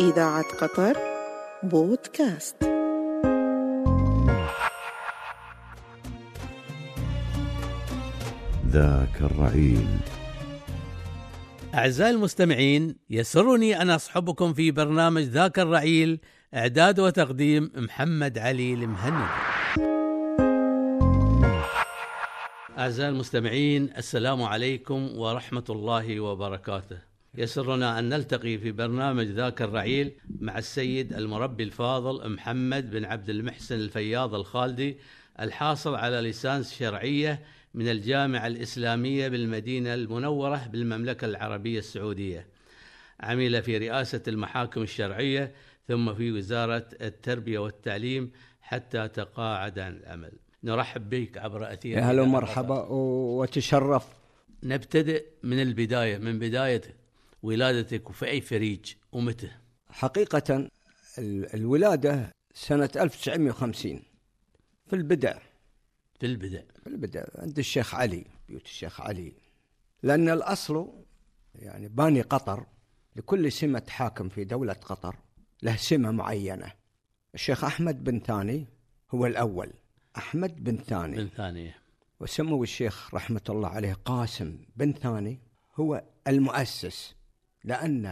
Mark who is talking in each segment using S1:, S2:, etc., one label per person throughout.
S1: إذاعة قطر بودكاست
S2: ذاك الرعيل
S3: أعزائي المستمعين يسرني أن أصحبكم في برنامج ذاك الرعيل إعداد وتقديم محمد علي المهندي أعزائي المستمعين السلام عليكم ورحمة الله وبركاته يسرنا أن نلتقي في برنامج ذاك الرعيل مع السيد المربي الفاضل محمد بن عبد المحسن الفياض الخالدي الحاصل على ليسانس شرعية من الجامعة الإسلامية بالمدينة المنورة بالمملكة العربية السعودية عمل في رئاسة المحاكم الشرعية ثم في وزارة التربية والتعليم حتى تقاعد عن العمل نرحب بك عبر أثير
S4: يا هلا ومرحبا وتشرف
S3: نبتدئ من البداية من بداية ولادتك وفي أي فريج ومتى
S4: حقيقة ال- الولادة سنة 1950 في البدع
S3: في البدء
S4: في البدع عند الشيخ علي بيوت الشيخ علي لأن الأصل يعني باني قطر لكل سمة حاكم في دولة قطر له سمة معينة الشيخ أحمد بن ثاني هو الأول أحمد بن ثاني
S3: من ثانية
S4: وسموا الشيخ رحمة الله عليه قاسم بن ثاني هو المؤسس لأن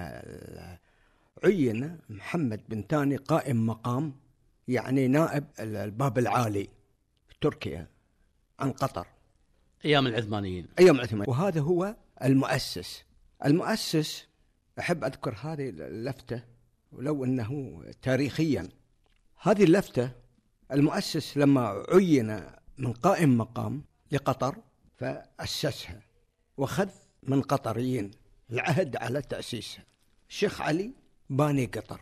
S4: عين محمد بن ثاني قائم مقام يعني نائب الباب العالي في تركيا عن قطر
S3: أيام العثمانيين
S4: أيام عثمان وهذا هو المؤسس المؤسس أحب أذكر هذه اللفتة ولو أنه تاريخيا هذه اللفتة المؤسس لما عين من قائم مقام لقطر فأسسها وخذ من قطريين العهد على تأسيسها الشيخ علي باني قطر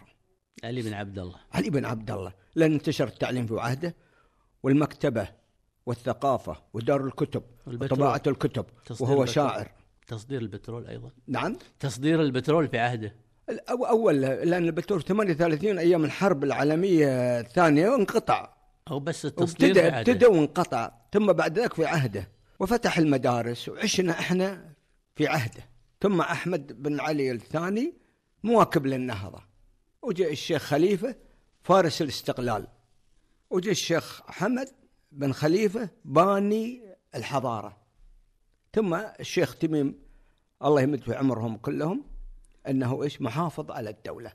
S3: علي بن عبد الله
S4: علي بن عبد الله لأن انتشر التعليم في عهده والمكتبة والثقافة ودار الكتب
S3: والبترول.
S4: وطباعة الكتب
S3: تصدير
S4: وهو
S3: البترول.
S4: شاعر
S3: تصدير البترول أيضا
S4: نعم
S3: تصدير البترول في عهده
S4: الأو- أول لأن البترول 38 أيام الحرب العالمية الثانية وانقطع
S3: أو بس التصدير في
S4: ابتدى
S3: عهده
S4: ابتدى وانقطع ثم بعد ذلك في عهده وفتح المدارس وعشنا احنا في عهده ثم احمد بن علي الثاني مواكب للنهضه وجاء الشيخ خليفه فارس الاستقلال وجاء الشيخ حمد بن خليفه باني الحضاره ثم الشيخ تميم الله يمد في عمرهم كلهم انه ايش محافظ على الدوله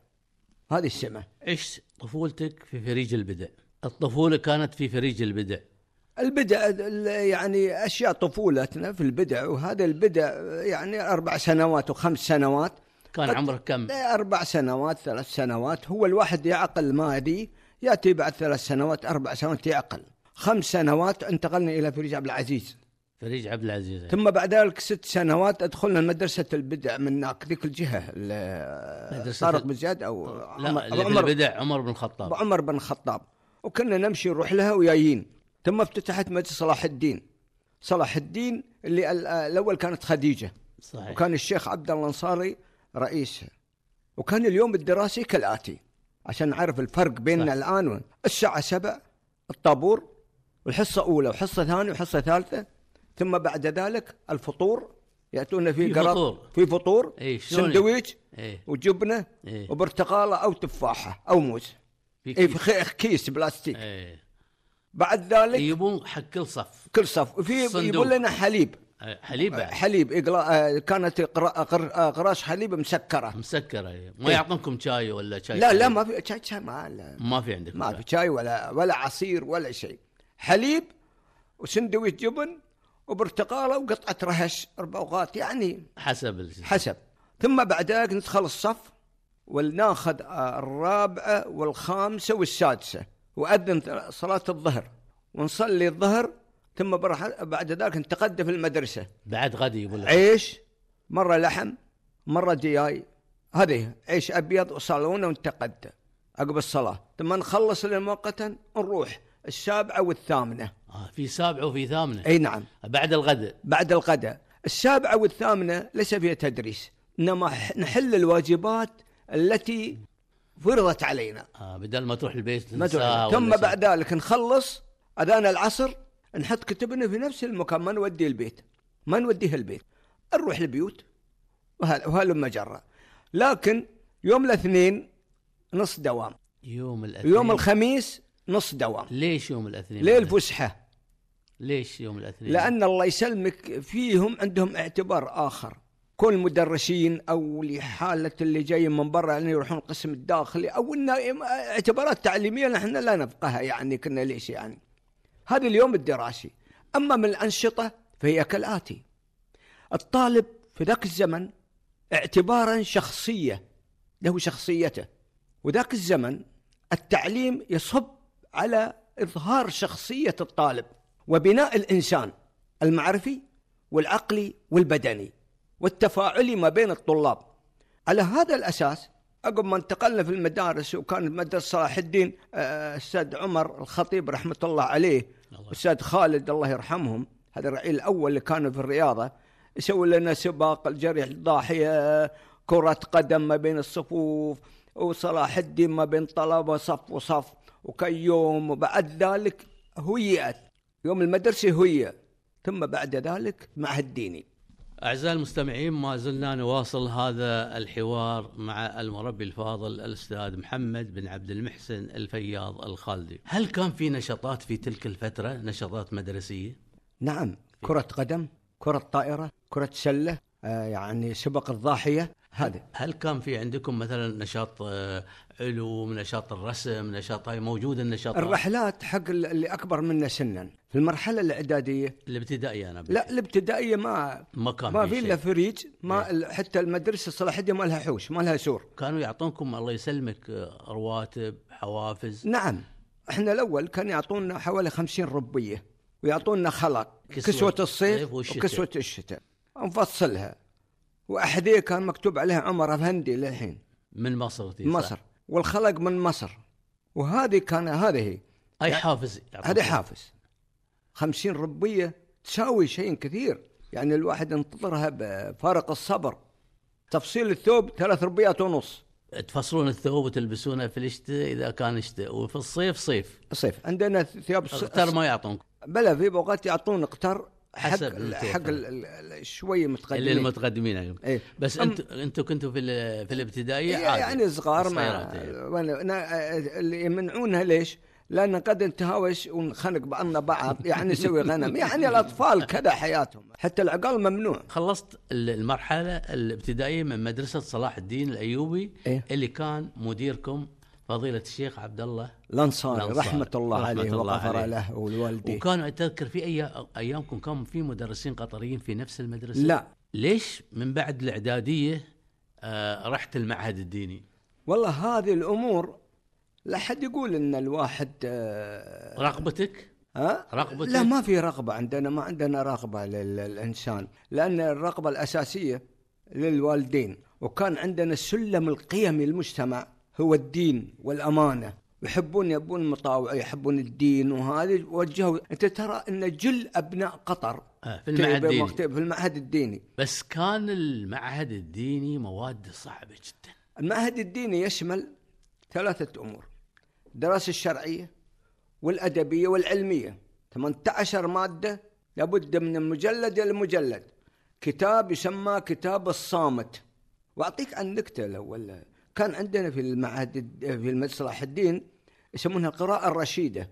S4: هذه السمه
S3: عشت طفولتك في فريج البدء الطفولة كانت في فريج البدء
S4: البدع ال- يعني اشياء طفولتنا في البدع وهذا البدع يعني اربع سنوات وخمس سنوات
S3: كان
S4: قد-
S3: عمرك كم
S4: اربع سنوات ثلاث سنوات هو الواحد يعقل ما يدري ياتي بعد ثلاث سنوات اربع سنوات يعقل خمس سنوات انتقلنا الى فريج عبد العزيز
S3: فريج عبد العزيز
S4: ثم بعد ذلك ست سنوات ادخلنا مدرسه البدع من هناك ذيك الجهه ال-
S3: مدرسة
S4: طارق
S3: ال-
S4: بن زياد او
S3: لا
S4: عمر-
S3: اللي في
S4: عمر
S3: البدع عمر بن
S4: ابو
S3: الخطاب
S4: عمر بن الخطاب وكنا نمشي نروح لها ويايين ثم افتتحت مدرسه صلاح الدين صلاح الدين اللي ال- الاول كانت خديجه
S3: صحيح
S4: وكان الشيخ عبد الله الانصاري رئيسها وكان اليوم الدراسي كالاتي عشان نعرف الفرق بيننا
S3: صح.
S4: الان و- الساعه 7 الطابور والحصه اولى وحصه ثانيه وحصه ثالثه ثم بعد ذلك الفطور ياتون فيه
S3: في
S4: قرط-
S3: فطور.
S4: في فطور
S3: إيه، شلون؟
S4: سندويش
S3: ايه
S4: وجبنه
S3: ايه
S4: وبرتقاله او تفاحه او موز
S3: في
S4: اي
S3: كيس.
S4: إيه، في خي- كيس بلاستيك
S3: ايه
S4: بعد ذلك
S3: يبون حق كل صف
S4: كل صف وفي
S3: أيوه. صندوق.
S4: يقول لنا حليب
S3: إيه، حليب بعد.
S4: حليب إقلا... آه، كانت إقرا- قر- آه، قراش حليب مسكره
S3: مسكرة إيه. ما
S4: إيه.
S3: يعطونكم شاي ولا شاي
S4: لا لا
S3: حليب.
S4: ما في شاي شاي ما لا.
S3: ما في عندك
S4: ما في شاي ولا ولا عصير ولا شيء حليب وسندويش جبن وبرتقاله وقطعه رهش ربوغات يعني
S3: حسب الجنس.
S4: حسب ثم بعد ذلك ندخل الصف وناخذ الرابعه والخامسه والسادسه واذن ث- صلاه الظهر ونصلي الظهر ثم برح- بعد ذلك نتقدى في المدرسه
S3: بعد غدي يقول لك
S4: عيش مره لحم مره دياي هذه عيش ابيض وصالونه ونتقدى عقب الصلاه ثم نخلص لنا مؤقتا نروح السابعه والثامنه
S3: آه في سابعة وفي ثامنة
S4: اي نعم
S3: بعد الغداء
S4: بعد الغداء السابعة والثامنة ليس فيها تدريس إنما ح- نحل الواجبات التي فرضت علينا
S3: آه بدل ما تروح البيت
S4: ما
S3: تنساها
S4: تعني.
S3: ولا
S4: ثم
S3: شيء.
S4: بعد ذلك نخلص أذان العصر نحط كتبنا في نفس المكان ما نوديه البيت ما نوديه البيت نروح البيوت وهل وهلم جرة لكن يوم الاثنين نص دوام
S3: يوم الاثنين
S4: يوم الخميس نص دوام
S3: ليش يوم الاثنين
S4: ليل فسحه
S3: ليش يوم الاثنين
S4: لان الله يسلمك فيهم عندهم اعتبار اخر كل المدرسين او لحاله اللي جايين من برا يعني يروحون القسم الداخلي او انه اعتبارات تعليميه نحن لا نفقهها يعني كنا ليش يعني هذا اليوم الدراسي اما من الانشطه فهي كالاتي الطالب في ذاك الزمن اعتبارا شخصيه له شخصيته وذاك الزمن التعليم يصب على اظهار شخصيه الطالب وبناء الانسان المعرفي والعقلي والبدني والتفاعلي ما بين الطلاب على هذا الاساس عقب ما انتقلنا في المدارس وكان مدرسه صلاح الدين آه، استاذ عمر الخطيب رحمه الله عليه
S3: الله.
S4: استاذ خالد الله يرحمهم هذا الرعيل الاول اللي كانوا في الرياضه يسوي لنا سباق الجري الضاحيه كره قدم ما بين الصفوف وصلاح الدين ما بين طلبه صف وصف وكيوم وبعد ذلك هيئت يوم المدرسه هيئ ثم بعد ذلك معهد ديني
S3: أعزائي المستمعين ما زلنا نواصل هذا الحوار مع المربي الفاضل الأستاذ محمد بن عبد المحسن الفياض الخالدي هل كان في نشاطات في تلك الفترة نشاطات مدرسية؟
S4: نعم كرة قدم كرة طائرة كرة سلة آه، يعني سبق الضاحية هذا
S3: هل كان في عندكم مثلا نشاط آه، علوم نشاط الرسم نشاط هاي موجود النشاط
S4: الرحلات حق ال- اللي أكبر منا سنا في المرحلة الإعدادية
S3: الابتدائي أنا بي.
S4: لا الابتدائية ما
S3: ما كان
S4: ما
S3: في
S4: في
S3: شيء. إيه.
S4: إلا فريج ما ال- حتى المدرسة صلاح الدين ما لها حوش ما لها سور
S3: كانوا يعطونكم الله يسلمك آه، رواتب حوافز
S4: نعم احنا الأول كان يعطونا حوالي خمسين ربية ويعطونا خلق
S3: كسوة
S4: كسوة,
S3: الصيف
S4: الصيف
S3: والشتاء.
S4: وكسوة الشتاء نفصلها وأحذية كان مكتوب عليها عمر أفندي للحين
S3: من مصر تي، إيه، صح؟
S4: مصر والخلق من مصر وهذه كان هذه
S3: أي حافز يعطونكم؟
S4: هذا حافز خمسين ربية تساوي شيء كثير يعني الواحد انتظرها بفارق الصبر تفصيل الثوب ثلاث ربيات ونص
S3: تفصلون الثوب وتلبسونه في الشتاء اذا كان شتاء وفي الصيف صيف
S4: صيف عندنا ثياب الص-
S3: اختار ما يعطونك
S4: بلا في اوقات يعطون قطر حق
S3: حسب
S4: ال-
S3: الثوب.
S4: حق ال- ال- ال- شوي
S3: اللي
S4: متقدمين
S3: المتقدمين عليهم
S4: إيه.
S3: بس
S4: أم-
S3: انت انتوا كنتوا في ال- في الابتدائيه
S4: إيه،
S3: عادي.
S4: يعني صغار ما
S3: الصغيرات، إيه.
S4: وأنا- أنا- آه، اللي يمنعونها ليش؟ لان قد نتهاوش ونخنق بعضنا بعض يعني نسوي غنم يعني الاطفال كذا حياتهم حتى العقال ممنوع
S3: خلصت ال- المرحله الابتدائيه من مدرسه صلاح الدين الايوبي
S4: إيه.
S3: اللي كان مديركم فضيله الشيخ عبد الله
S4: الانصاري
S3: الأنصاري.
S4: رحمه الله
S3: رحمة
S4: عليه
S3: الله
S4: وغفر
S3: عليه.
S4: له ولوالديه
S3: وكانوا اتذكر في أي ايامكم كان في مدرسين قطريين في نفس المدرسه
S4: لا
S3: ليش من بعد الاعداديه آه رحت المعهد الديني
S4: والله هذه الامور لا حد يقول ان الواحد آه،
S3: رغبتك
S4: ها
S3: رغبة إيه؟
S4: لا ما في رغبه عندنا ما عندنا رغبه لل- للانسان لان الرغبه الاساسيه للوالدين وكان عندنا السلم القيمي للمجتمع هو الدين والامانه يحبون يبون المطاوع يحبون الدين وهذا وجهوا انت ترى ان جل ابناء قطر
S3: آه، في المعهد
S4: تعبوا
S3: الديني
S4: مكتب- في المعهد الديني
S3: بس كان المعهد الديني مواد صعبة جدا
S4: المعهد الديني يشمل ثلاثة أمور الدراسة الشرعية والأدبية والعلمية 18 مادة لابد من المجلد إلى المجلد كتاب يسمى كتاب الصامت وأعطيك عن نكتة الأول كان عندنا في المعهد الد- في المدرسة صلاح الدين يسمونها القراءة الرشيدة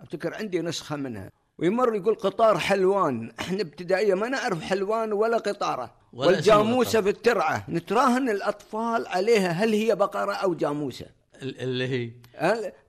S4: أفتكر عندي نسخة منها ويمر يقول قطار حلوان احنا ابتدائية ما نعرف حلوان ولا قطارة
S3: ولا اسم
S4: والجاموسة
S3: القطار.
S4: في الترعة نتراهن الأطفال عليها هل هي بقرة أو جاموسة
S3: ال- اللي هي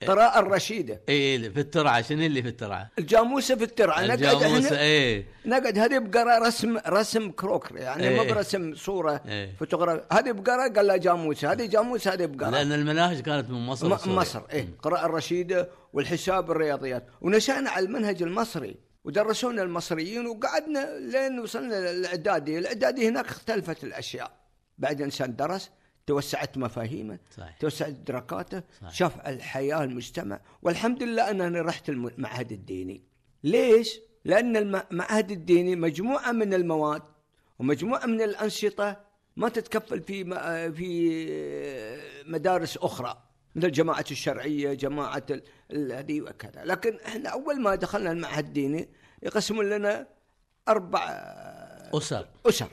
S4: القراءة الرشيدة
S3: اي اللي في الترعة شنو اللي في الترعة؟
S4: الجاموسة في الترعة نقعد
S3: الجاموسة إيه.
S4: احنا
S3: اي
S4: نقعد هذه بقرة رسم رسم كروكر يعني
S3: إيه.
S4: ما برسم صورة
S3: إيه.
S4: فوتوغراف هذه بقرة قال لها جاموسة هذه جاموسة هذه بقرة
S3: لأن المناهج كانت من مصر
S4: م-
S3: وسوريا.
S4: مصر ايه القراءة الرشيدة والحساب الرياضيات ونشأنا على المنهج المصري ودرسونا المصريين وقعدنا لين وصلنا للإعدادي الإعدادي هناك اختلفت الأشياء بعد إنسان درس توسعت مفاهيمه
S3: صحيح.
S4: توسعت إدراكاته
S3: صحيح.
S4: شاف الحياة المجتمع والحمد لله أنني رحت المعهد الديني ليش؟ لأن المعهد الديني مجموعة من المواد ومجموعة من الأنشطة ما تتكفل في م- في مدارس أخرى مثل جماعة الشرعية جماعة ال- ال- هذه وكذا لكن احنا أول ما دخلنا المعهد الديني يقسمون لنا أربع
S3: أسر
S4: اسر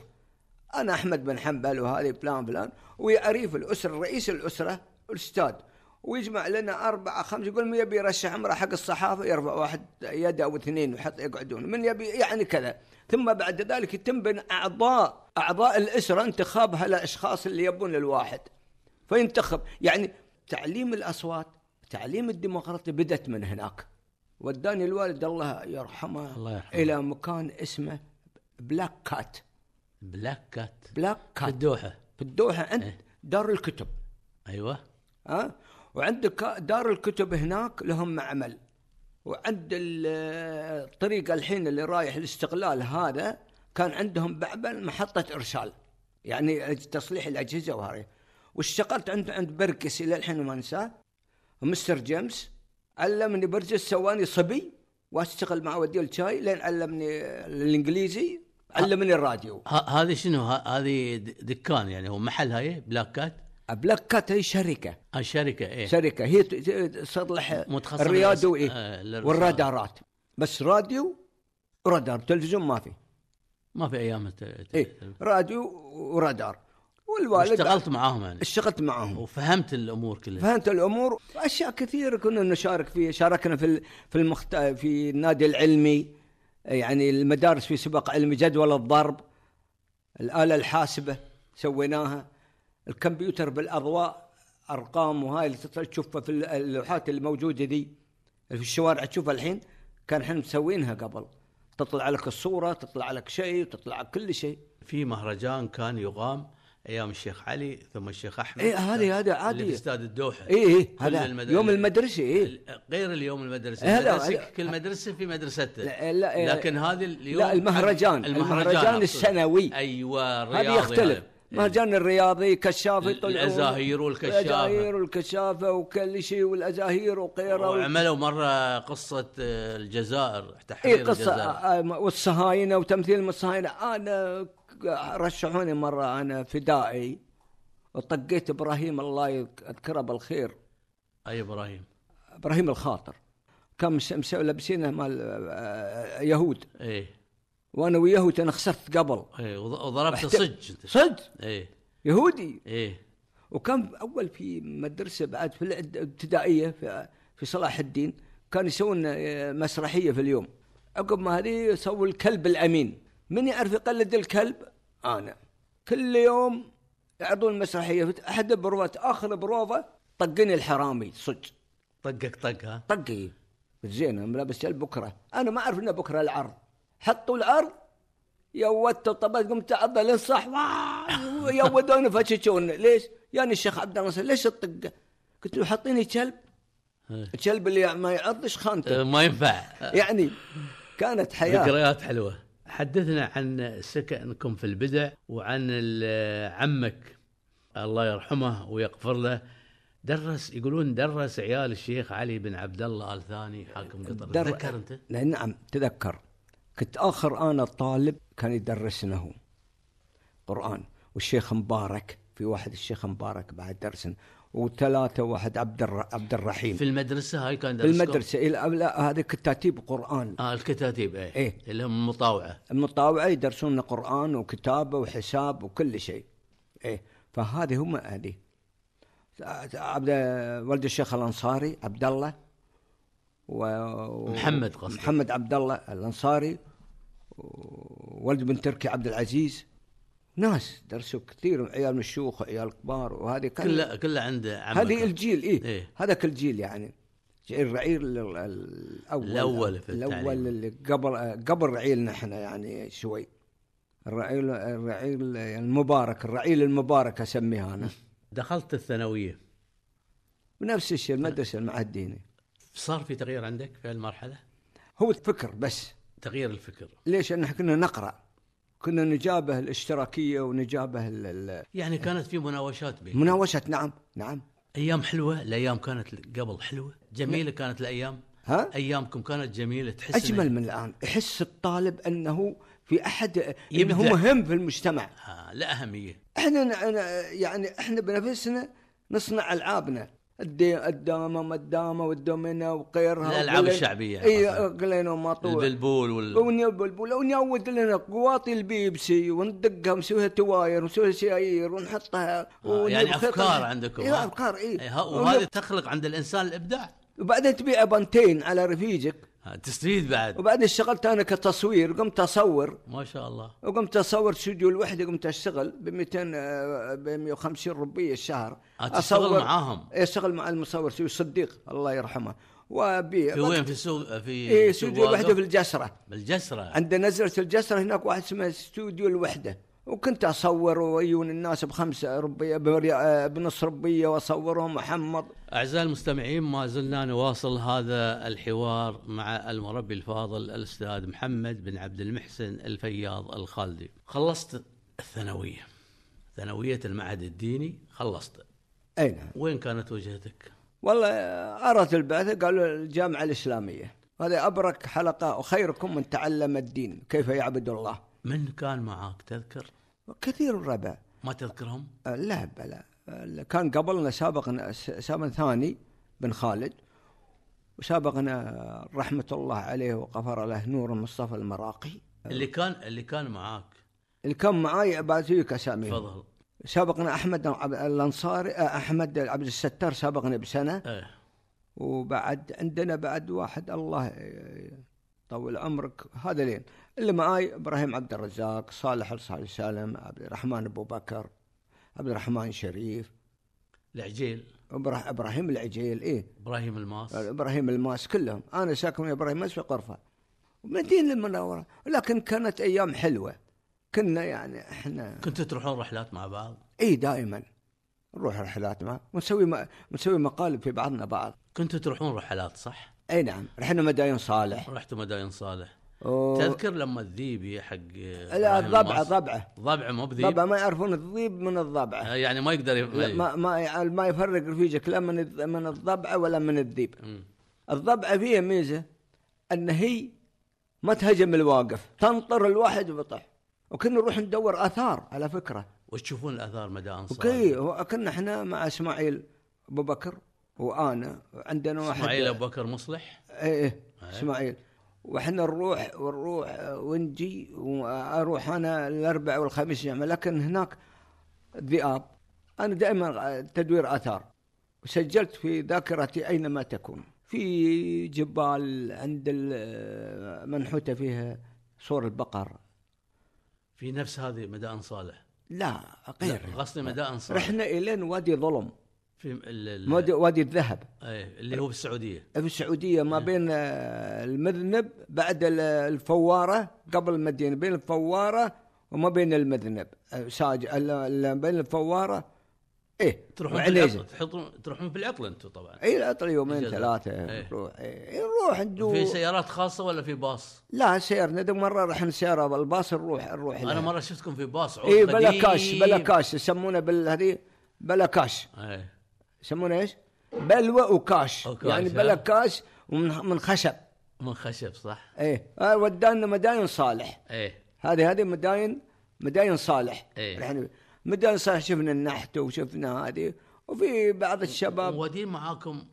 S4: انا احمد بن حنبل وهذه فلان فلان ويعريف الاسره رئيس الاسره الاستاذ ويجمع لنا أربعة خمسة يقول من يبي يرشح عمره حق الصحافة يرفع واحد يده أو اثنين ويحط يقعدون من يبي يعني كذا ثم بعد ذلك يتم بين أعضاء أعضاء الأسرة انتخاب هالأشخاص اللي يبون الواحد فينتخب يعني تعليم الأصوات تعليم الديمقراطية بدت من هناك وداني الوالد الله يرحمه
S3: الله يرحمه.
S4: إلى مكان اسمه بلاك كات
S3: بلاك كات
S4: بلاك
S3: في
S4: كات
S3: الدوحه
S4: في الدوحة عند
S3: إيه.
S4: دار الكتب
S3: ايوه
S4: ها وعندك دار الكتب هناك لهم معمل وعند ال- الطريق الحين اللي رايح الاستقلال هذا كان عندهم بعبل محطة إرسال يعني تصليح الأجهزة وهذه واشتغلت عند عند بركس إلى الحين ما أنساه مستر جيمس علمني برجس سواني صبي واشتغل معه وديه الشاي لين علمني الانجليزي علمني الراديو
S3: ه- هذه شنو ه- هذه د- دكان يعني هو محل هاي بلاك كات
S4: بلاك كات هي شركه
S3: آه، شركه ايه
S4: شركه هي ت- ت- تصلح
S3: متخصصة
S4: الرياض
S3: للأس-
S4: وايه
S3: آه، للرسالة.
S4: والرادارات بس راديو ورادار تلفزيون ما في
S3: ما في ايام الت... الت-
S4: اي راديو ورادار والوالد
S3: اشتغلت معاهم يعني
S4: اشتغلت معهم
S3: وفهمت الامور كلها
S4: فهمت الامور اشياء كثيره كنا نشارك فيها شاركنا في ال- في المخت... في النادي العلمي يعني المدارس في سباق علمي جدول الضرب الاله الحاسبه سويناها الكمبيوتر بالاضواء ارقام وهاي اللي تطلع تشوفها في اللوحات الموجوده دي اللي في الشوارع تشوفها الحين كان احنا مسوينها قبل تطلع لك الصوره تطلع لك شيء تطلع لك كل شيء
S3: في مهرجان كان يقام ايام الشيخ علي ثم الشيخ احمد
S4: إيه، هذه- هذه عادية.
S3: اللي في استاد الدوحه
S4: اي اي
S3: كل
S4: هذا
S3: المدارس-
S4: يوم المدرسه اي
S3: غير اليوم المدرسه
S4: إيه، لا،
S3: المدرسة
S4: لا.
S3: كل مدرسه في مدرسته
S4: لا- لا، إيه.
S3: لكن هذه اليوم
S4: لا، المهرجان. المهرجان
S3: أقصد.
S4: السنوي.
S3: ايوه الرياضي
S4: هذا يختلف
S3: هذا.
S4: مهرجان الرياضي كشافه
S3: إيه. ال- الأزاهير والكشافة.
S4: الازاهير والكشافه وكل شيء والازاهير وقيره و...
S3: إيه. وعملوا مره قصه آه، الجزائر
S4: اي
S3: تحرير
S4: قصه
S3: الجزائر
S4: آه، آه، والصهاينه وتمثيل من الصهاينه انا ك- رشحوني مره انا فدائي وطقيت ابراهيم الله يذك- يذكره بالخير آه.
S3: اي ابراهيم
S4: ابراهيم الخاطر كان مس- مس- لابسينه مال آه، يهود
S3: ايه
S4: وانا ويهود انا خسرت قبل
S3: ايه وض- وضربت
S4: محت-
S3: صج انت.
S4: صدق
S3: ايه
S4: يهودي
S3: ايه
S4: وكان اول في مدرسه بعد في الابتدائيه في, في صلاح الدين كان يسوون آه، مسرحيه في اليوم عقب ما هذه سووا الكلب الامين من يعرف يقلد الكلب انا كل يوم يعرضون مسرحيه فت- احد البروفات اخر بروفه طقني الحرامي صدق
S3: طقك طق ها
S4: طقي زين انا لابس جلب بكره انا ما اعرف انه بكره العرض حطوا العرض يودت الطبات قمت تعض للصح واه، يودوني فششون ليش؟ يعني الشيخ عبد الناصر ليش الطقه؟ قلت له حاطيني كلب
S3: إيه.
S4: الكلب اللي ما يعضش خانته
S3: آه، ما ينفع
S4: يعني كانت حياه
S3: ذكريات حلوه حدثنا عن سكنكم في البدع وعن ال- عمك الله يرحمه ويغفر له درس يقولون درس عيال الشيخ علي بن عبد الله ال ثاني حاكم قطر
S4: در-
S3: تذكر انت
S4: لا، نعم تذكر كنت اخر انا طالب كان يدرسنا هو قران والشيخ مبارك في واحد الشيخ مبارك بعد درسنا وثلاثه واحد عبد الر- عبد الرحيم
S3: في المدرسه هاي كان درسكم
S4: بالمدرسه إيه، لا لا هذا كتاتيب قران
S3: اه الكتاتيب ايه,
S4: إيه.
S3: اللي هم المطاوعه
S4: المطاوعه يدرسون لنا قران وكتابه وحساب وكل شيء ايه فهذه هم هذه عبد والد الشيخ الانصاري عبد الله و... و-
S3: محمد قصدك.
S4: محمد عبد الله الانصاري وولد بن تركي عبد العزيز ناس درسوا كثير عيال من الشيوخ وعيال كبار وهذه كان-
S3: كله كله عنده عمك
S4: هذه الجيل إيه؟
S3: إيه.
S4: إيه؟ هذاك الجيل يعني جيل الرعيل ال- ال- الاول
S3: الأول في التعليم.
S4: الاول اللي قبل قبل رعيلنا احنا يعني شوي الرعيل الرعيل المبارك الرعيل المبارك اسميها انا
S3: دخلت الثانويه
S4: ونفس الشيء المدرسه المعدينه
S3: صار في تغيير عندك في هالمرحله
S4: هو الفكر بس
S3: تغيير الفكر
S4: ليش احنا كنا نقرا كنا نجابه الاشتراكيه ونجابه ال- ال-
S3: يعني كانت في مناوشات بين
S4: مناوشه نعم نعم
S3: ايام حلوه الايام كانت قبل حلوه جميله كانت الايام
S4: ها
S3: ايامكم كانت جميله تحس إن-
S4: اجمل من الان يحس الطالب انه في احد انه
S3: يبدع.
S4: مهم في المجتمع
S3: آه لا اهميه
S4: احنا ن- أنا- يعني احنا بنفسنا نصنع العابنا الدي- الدامه ما الدامه والدومينه وغيرها
S3: الألعاب
S4: وقلي-
S3: الشعبية.
S4: اي قلينا وماطوع
S3: البلبول وال...
S4: ونيبل بولا ونعود لنا قواطي البيبسي وندقها ونسويها تواير ونسويها سيايير ونحطها
S3: آه، يعني
S4: ونجيب خيط-
S3: أفكار عندكم،
S4: اي
S3: ها؟
S4: افكار اي
S3: إيه، ها- وهذه تخلق عند الانسان الابداع
S4: وبعدين تبيع بنتين على رفيجك
S3: ها، تستفيد آه، بعد
S4: وبعدين اشتغلت انا كتصوير قمت اصور
S3: ما شاء الله
S4: وقمت اصور استوديو لوحدي قمت آه، اشتغل ب 200 ب 150 روبيه الشهر
S3: آه، تشتغل معاهم.
S4: إيه، اشتغل مع المصور استوديو صديق الله يرحمه وابيع
S3: في وين في إيه، سوق في
S4: اي
S3: في
S4: استوديو لوحده في الجسره
S3: بالجسره
S4: عند نزلة الجسر هناك واحد اسمه استوديو الوحدة وكنت أصور وعيون الناس بخمسة ربية بري- آه، بنص ربية وأصورهم وأحمض
S3: أعزائي المستمعين ما زلنا نواصل هذا الحوار مع المربي الفاضل الأستاذ محمد بن عبد المحسن الفياض الخالدي خلصت الثانوية ثانوية المعهد الديني خلصت
S4: أي نعم
S3: وين كانت وجهتك؟
S4: والله أردت البعثة قالوا الجامعة الإسلامية هذه أبرك حلقة وخيركم من تعلم الدين كيف يعبد الله
S3: من كان معاك تذكر؟
S4: كثير الربع
S3: ما تذكرهم؟
S4: أه، لا بلا أه، كان قبلنا سابقنا س- سابقا ثاني بن خالد وسابقنا رحمة الله عليه وغفر له نور المصطفى المراقي
S3: اللي كان اللي كان معاك
S4: اللي كان معاي بعطيك اساميهم
S3: تفضل
S4: سابقنا احمد عب- الانصاري آه، احمد عبد الستار سابقنا بسنه
S3: إيه.
S4: وبعد عندنا بعد واحد الله آه، طول عمرك هذا لين اللي معاي ابراهيم عبد الرزاق صالح الصالح سالم عبد الرحمن ابو بكر عبد الرحمن شريف
S3: العجيل
S4: إبرا- ابراهيم العجيل ايه
S3: إبراهيم الماس
S4: ابراهيم الماس كلهم انا ساكن من ابراهيم الماس في غرفه مدينه المنوره لكن كانت ايام حلوه كنا يعني احنا
S3: كنتوا تروحون رحلات مع بعض؟
S4: اي دائما نروح رحلات معه ونسوي ما... ونسوي مقالب في بعضنا بعض
S3: كنتوا تروحون رحلات صح؟
S4: اي نعم رحنا مداين صالح
S3: رحتوا مداين صالح
S4: و...
S3: تذكر لما الذيبي حق
S4: لا
S3: إبراهيم
S4: الضبعه
S3: الماس؟
S4: ضبعه
S3: ضبع مو بذيب
S4: ضبعه ما يعرفون الضيب من الضبعه
S3: آه، يعني ما يقدر يف...
S4: لا، ما ما يع- ما يفرق رفيجك لا من الذ- من الضبعه ولا من الذيب
S3: مم.
S4: الضبعه فيها ميزه ان هي ما تهجم الواقف تنطر الواحد وبطح وكنا نروح ندور اثار على فكره
S3: وتشوفون الاثار مدى انصار
S4: اوكي هو كنا احنا مع اسماعيل ابو بكر وانا عندنا واحد
S3: اسماعيل ابو بكر مصلح
S4: ايه إيه، اسماعيل واحنا نروح ونروح آه، ونجي واروح انا الاربع والخميس جامعه لكن هناك ذئاب انا دائما آه، تدوير اثار وسجلت في ذاكرتي اينما تكون في جبال عند ال- آه، منحوته فيها صور البقر
S3: في نفس هذه مدى انصالح
S4: لا غير
S3: لا، قصدي مدى انصالح
S4: إيه، رحنا الين وادي ظلم
S3: في ال... ال...
S4: وادي- وادي الذهب
S3: ايه اللي هو بالسعوديه
S4: في السعوديه
S3: إيه.
S4: ما بين آه، المذنب بعد ال- الفواره قبل المدينه بين الفواره وما بين المذنب آه، ساج ال- ال- بين الفواره ايه
S3: تروحون في
S4: وعنيزه
S3: العطل تحطون تروحون في العطل انتم طبعا
S4: اي العطل إيه، يومين
S3: الجزائر.
S4: ثلاثه
S3: إيه.
S4: نروح إيه، نروح
S3: في
S4: ندور
S3: سيارات خاصه ولا في باص؟
S4: لا سيارنا ذيك مره رحنا سياره بالباص نروح نروح
S3: انا مره شفتكم في باص عود
S4: اي
S3: قديم.
S4: بلا كاش بلا كاش يسمونه بالهذه بلا كاش
S3: ايه
S4: يسمونه ايش؟ بلوى وكاش
S3: وكاش، آه.
S4: يعني
S3: ها.
S4: بلا كاش ومن من خشب
S3: من خشب صح؟
S4: ايه آه، ودانا مداين صالح
S3: ايه
S4: هذه هذه مداين مداين صالح
S3: إيه.
S4: رحنا- مداين صالح شفنا النحت وشفنا هذه وفي بعض الشباب
S3: ومودين معاكم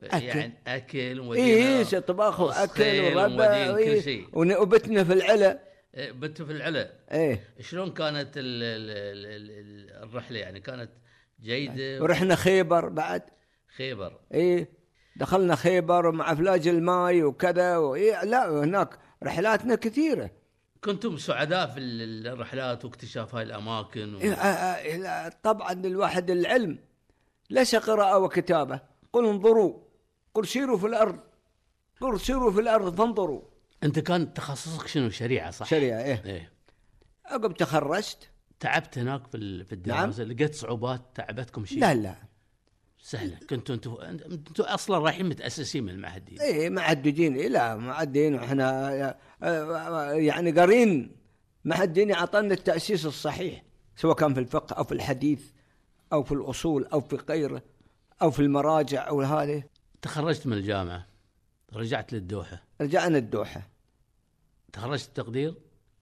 S4: أكل.
S3: يعني اكل ومودين
S4: اي اي إيه، طباخ واكل
S3: وسخيل
S4: وربع
S3: ومودين
S4: إيه،
S3: كل شيء
S4: ون- وبتنا في العلا
S3: إيه، بنتوا في العلا
S4: ايه
S3: شلون كانت ال ال ال ال الرحله يعني كانت جيده
S4: ورحنا خيبر بعد
S3: خيبر
S4: ايه دخلنا خيبر ومع افلاج الماي وكذا وإيه لا هناك رحلاتنا كثيره
S3: كنتم سعداء في ال- الرحلات واكتشاف هاي الاماكن و...
S4: إيه، آه، آه، لا، طبعا الواحد العلم ليس قراءة وكتابة قل انظروا قل سيروا في الأرض قل سيروا في الأرض فانظروا
S3: انت كان تخصصك شنو شريعه صح
S4: شريعة إيه
S3: ايه
S4: عقب تخرجت
S3: تعبت هناك في ال- في الدراسه لقيت صعوبات تعبتكم شيء
S4: نعم. لا لا
S3: سهله كنتوا انتوا انتوا اصلا رايحين متاسسين من المعهدين
S4: إيه معدودين إيه لا معدين وإحنا آه، آه، يعني قارين معدين أعطانا التأسيس الصحيح سواء كان في الفقه أو في الحديث أو في الأصول أو في غيره أو في المراجع أو هذه
S3: تخرجت من الجامعه رجعت للدوحه
S4: رجعنا الدوحة
S3: تخرجت تقدير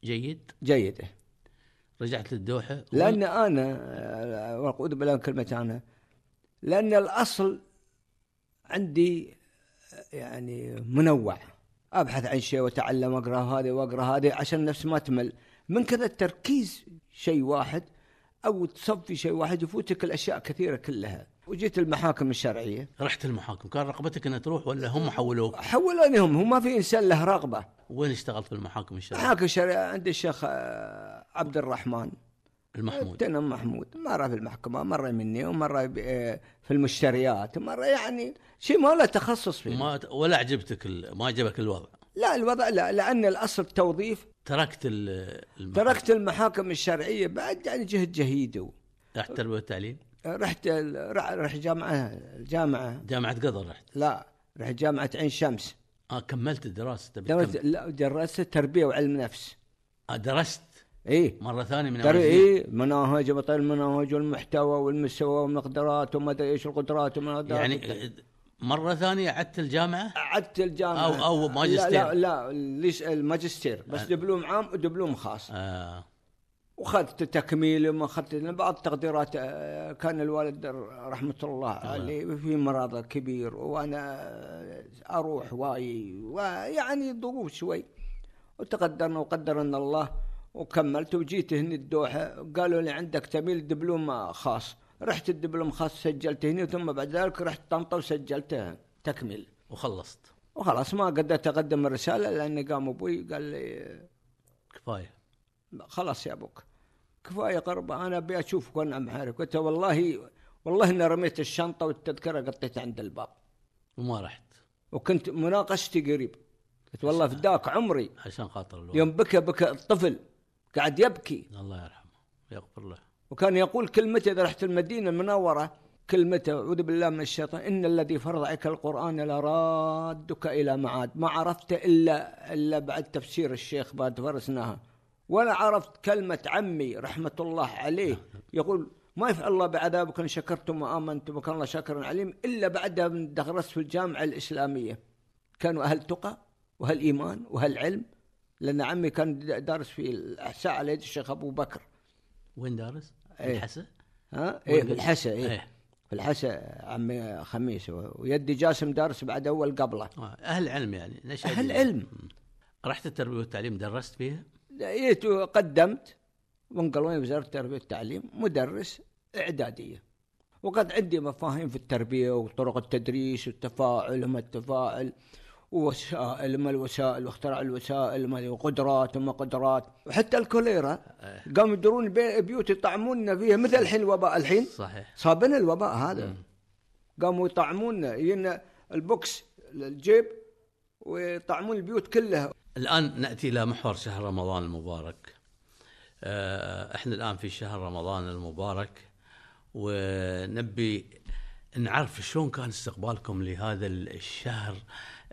S3: جيد
S4: جيدة
S3: رجعت للدوحه
S4: لان انا آه، والقعود بالله من كلمه انا لأن الأصل عندي يعني منوع أبحث عن شيء وأتعلم أقرأ هذه وأقرأ هذه عشان نفس ما تمل من كذا التركيز شيء واحد أو تصفي شيء واحد يفوتك الأشياء كثيرة كلها وجيت المحاكم الشرعية
S3: رحت المحاكم كان رغبتك انها تروح ولا هم حولوك
S4: حولوني هم هو ما في إنسان له رغبة
S3: وين اشتغلت في المحاكم الشرعيه
S4: محاكم الشرعية عند الشيخ آه، عبد الرحمن
S3: المحمود
S4: تنم محمود مرة في المحكمة مرة مني ومرة ب- آه، في المشتريات ومرة يعني شيء ما له تخصص فيه
S3: ما ولا عجبتك ال- ما عجبك الوضع
S4: لا الوضع لا لأن الأصل توظيف
S3: تركت ال المحاكم.
S4: تركت المحاكم الشرعية بعد يعني جهد جهيدة
S3: رحت التربيه والتعليم
S4: رحت ال- رح- رحت جامعة الجامعة
S3: جامعه قطر رحت
S4: لا رحت جامعة عين شمس
S3: اه كملت الدراسه تبي
S4: درست
S3: درست,
S4: لا درست تربية وعلم نفس
S3: آه درست
S4: اي
S3: مره ثانيه من
S4: ترى إيه؟
S3: أول جديد.
S4: اي مناهج وبطل المناهج والمحتوى والمستوى والمقدرات وما ادري ايش القدرات وما أدري-
S3: يعني آه، مره ثانيه عدت الجامعه
S4: عدت الجامعه
S3: أو- أو ماجستير. أه.
S4: لا لا, لا ليش الماجستير بس دبلوم عام ودبلوم خاص
S3: آه
S4: وخذت تكميل وما اخذت لأن بعض التقديرات آه، كان الوالد رحمه الله عليه في مرض كبير وانا آه، اروح واي ويعني ظروف شوي وتقدرنا وقدرنا الله وكملت وجيت هنا الدوحه قالوا لي عندك تميل دبلوم خاص رحت الدبلوم خاص سجلته هنا ثم بعد ذلك رحت طنطا وسجلتها تكميل
S3: وخلصت
S4: وخلاص ما قدرت اقدم الرساله لان قام ابوي قال لي
S3: كفايه
S4: خلاص يا ابوك كفايه قربة انا ابي اشوفك وانا محارب قلت له والله والله اني رميت الشنطه والتذكره قطيتها عند الباب
S3: وما رحت
S4: وكنت مناقشتي قريب قلت والله في ذاك عمري
S3: عشان خاطر الوضع
S4: يوم بكى بكى الطفل قاعد يبكي
S3: الله يرحمه يغفر له
S4: وكان يقول كلمته اذا رحت المدينه المنوره كلمته اعوذ بالله من الشيطان ان الذي فرض عليك القران لرادك الى معاد ما عرفت الا الا بعد تفسير الشيخ بعد فرسناها ولا عرفت كلمه عمي رحمه الله عليه يقول ما يفعل الله بعذابكم ان شكرتم وامنتم وكان الله شاكرا عليم الا بعدها من دغرست في الجامعه الاسلاميه كانوا اهل تقى واهل ايمان واهل علم لان عمي كان دارس في الاحساء على يد الشيخ ابو بكر
S3: وين دارس؟
S4: إيه.
S3: الحسا؟
S4: ها ايه
S3: وين-
S4: في الحسا ايه
S3: إيه.
S4: في الحسا عمي خميس و- ويدي جاسم دارس بعد اول قبله
S3: آه، اهل علم يعني نشأت
S4: اهل
S3: يعني.
S4: علم
S3: رحت التربيه والتعليم درست فيها
S4: جيت وقدمت وانقلوني وزاره التربيه والتعليم مدرس اعداديه وقد عندي مفاهيم في التربيه وطرق التدريس والتفاعل وما التفاعل ووسائل ما الوسائل واختراع الوسائل ما وقدرات وما قدرات وحتى الكوليرا قاموا يدورون بي- بيوت يطعموننا فيها مثل الحين الوباء الحين
S3: صحيح
S4: صابنا الوباء هذا قاموا يطعمونا يجينا البوكس الجيب ويطعمون البيوت كلها
S3: الآن نأتي إلى محور شهر رمضان المبارك آه، احنا الآن في شهر رمضان المبارك ونبي نعرف شلون كان استقبالكم لهذا الشهر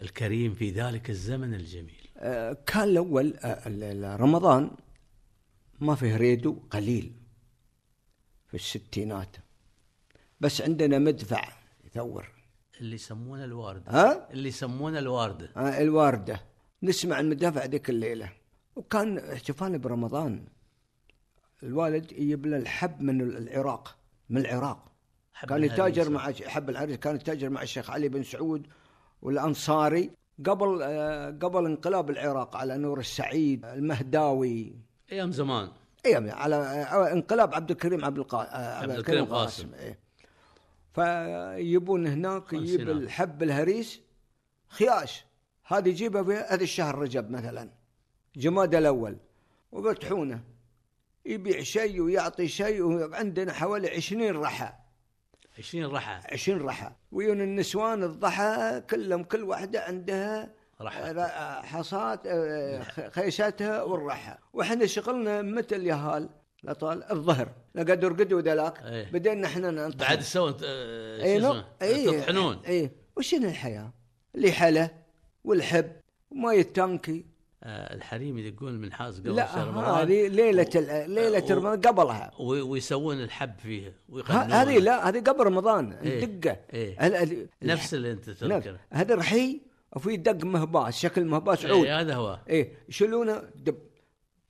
S3: الكريم في ذلك الزمن الجميل
S4: آه، كان الاول آه، ال- ال- رمضان ما فيه ريدو قليل في الستينات بس عندنا مدفع يثور
S3: اللي يسمونه الواردة
S4: ها
S3: اللي يسمونه الواردة
S4: آه، الوارده نسمع المدافع ذيك الليله وكان احتفال برمضان الوالد يجيب له الحب من العراق من العراق
S3: حب
S4: كان
S3: الهريسة.
S4: يتاجر مع ش- حب العريس كان يتاجر مع الشيخ علي بن سعود والانصاري قبل آه، قبل انقلاب العراق على نور السعيد المهداوي
S3: أيام زمان
S4: ايام على آه، انقلاب عبد الكريم عبد القا... آه،
S3: عبد الكريم قاسم.
S4: إيه. فيجيبون هناك
S3: خمسينات.
S4: يجيب الحب الهريس خياش هذه يجيبها في هذا الشهر رجب مثلا جماد الاول ويفتحونه يبيع شيء ويعطي شيء وعندنا حوالي 20 رحى
S3: 20 رحى
S4: 20 رحى ويون النسوان الضحى كلهم كل واحدة عندها آه،
S3: رحى
S4: ر- حصات آه، خ- خيشاتها والرحى واحنا شغلنا متى اليهال الاطال الظهر لقد رقدوا ذلاك
S3: إيه.
S4: بدينا احنا ننطحن
S3: بعد سوى آه، شو
S4: اي إيه، نو-
S3: اسمه؟
S4: اي
S3: تطحنون
S4: اي وشنو الحياه؟ اللي حلا والحب وما يتنكي
S3: آه، الحريم يدقون من حاز قبل
S4: لا
S3: شهر رمضان
S4: هذه ليله ال- ليله
S3: و-
S4: رمضان قبلها
S3: وي- ويسوون الحب فيها
S4: ه-
S3: ويغنون
S4: هذه لا هذه قبل رمضان
S3: إيه.
S4: الدقه
S3: إيه.
S4: هل- هل-
S3: نفس اللي انت
S4: نعم.
S3: تذكره
S4: هذا الرحي وفي دق مهباس شكل مهباس عود
S3: اي إيه، هذا هو
S4: ايه يشيلونه دب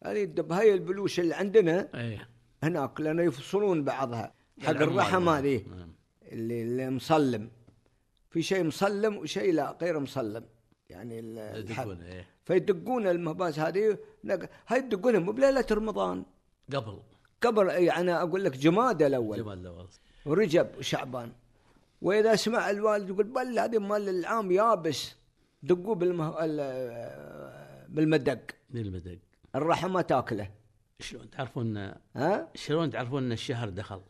S4: هذه الدب هاي البلوش اللي عندنا
S3: اي
S4: هناك لانه يفصلون بعضها حق
S3: العمال.
S4: الرحم هذه
S3: نعم.
S4: إيه، اللي, اللي مصلم في شيء مصلم وشيء لا غير مصلم يعني ال- الحب.
S3: يدقون إيه.
S4: فيدقون المباس هذه نق- هاي يدقونها مو بليله رمضان
S3: قبل
S4: قبل يعني اقول لك جماد الاول
S3: جمال الاول
S4: ورجب وشعبان واذا سمع الوالد يقول بل هذه مال العام يابس دقوه بالمه... ال- بالمدق
S3: للمدق
S4: الرحم ما تاكله
S3: شلون تعرفون
S4: ها
S3: شلون تعرفون ان الشهر دخل؟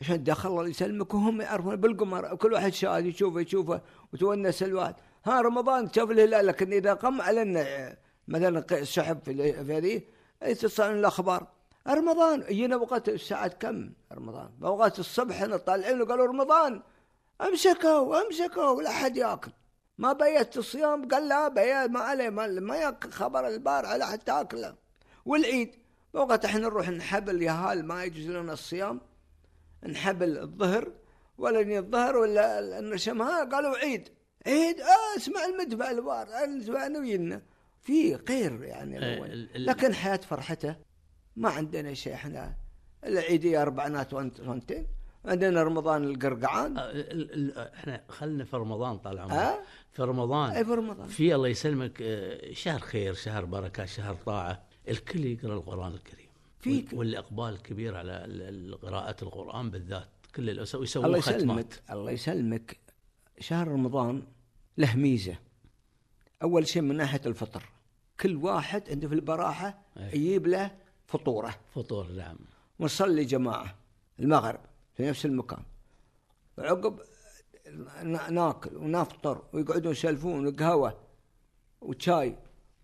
S4: عشان دخل الله يسلمك وهم يعرفون بالقمر كل واحد شاهد يشوفه يشوفه وتونس الواحد ها رمضان شاف الهلال لكن اذا قام على آه، إنه مثلا ق- سحب في ال- في هذه يتصلون الاخبار رمضان جينا وقت الساعة كم رمضان بوقت الصبح احنا طالعين وقالوا رمضان امسكوا امسكوا لا احد ياكل ما بيت الصيام قال لا بيت ما عليه ما, ما ياكل خبر البارحة لا احد تاكله والعيد بوقت احنا نروح نحبل يهال ما يجوز لنا الصيام انحبل الظهر ولا ني الظهر ولا ال- النشم ها قالوا عيد عيد آه اسمع المدفع الوار الاسبوع وينا في غير
S3: آه،
S4: يعني الأول.
S3: ال- ال-
S4: لكن حياة فرحته ما عندنا شيء احنا العيدية أربعينات وانت- وانتين عندنا رمضان القرقعان
S3: آه، ال- ال- احنا خلنا في رمضان طال عمرك
S4: ها
S3: في رمضان
S4: اي في رمضان
S3: في الله يسلمك آه، شهر خير شهر بركه شهر طاعه الكل يقرا القران الكريم
S4: فيك.
S3: وال- والاقبال كبير على ال- ال- قراءه القران بالذات كل الاسر
S4: الله
S3: ويسوون ختمات
S4: يسلمك الله يسلمك شهر رمضان له ميزة أول شيء من ناحية الفطر كل واحد عنده في البراحة
S3: أي.
S4: يجيب له فطوره
S3: فطور نعم
S4: ونصلي جماعة المغرب في نفس المكان وعقب نا- ناكل ونفطر ويقعدون يسلفون وقهوة وشاي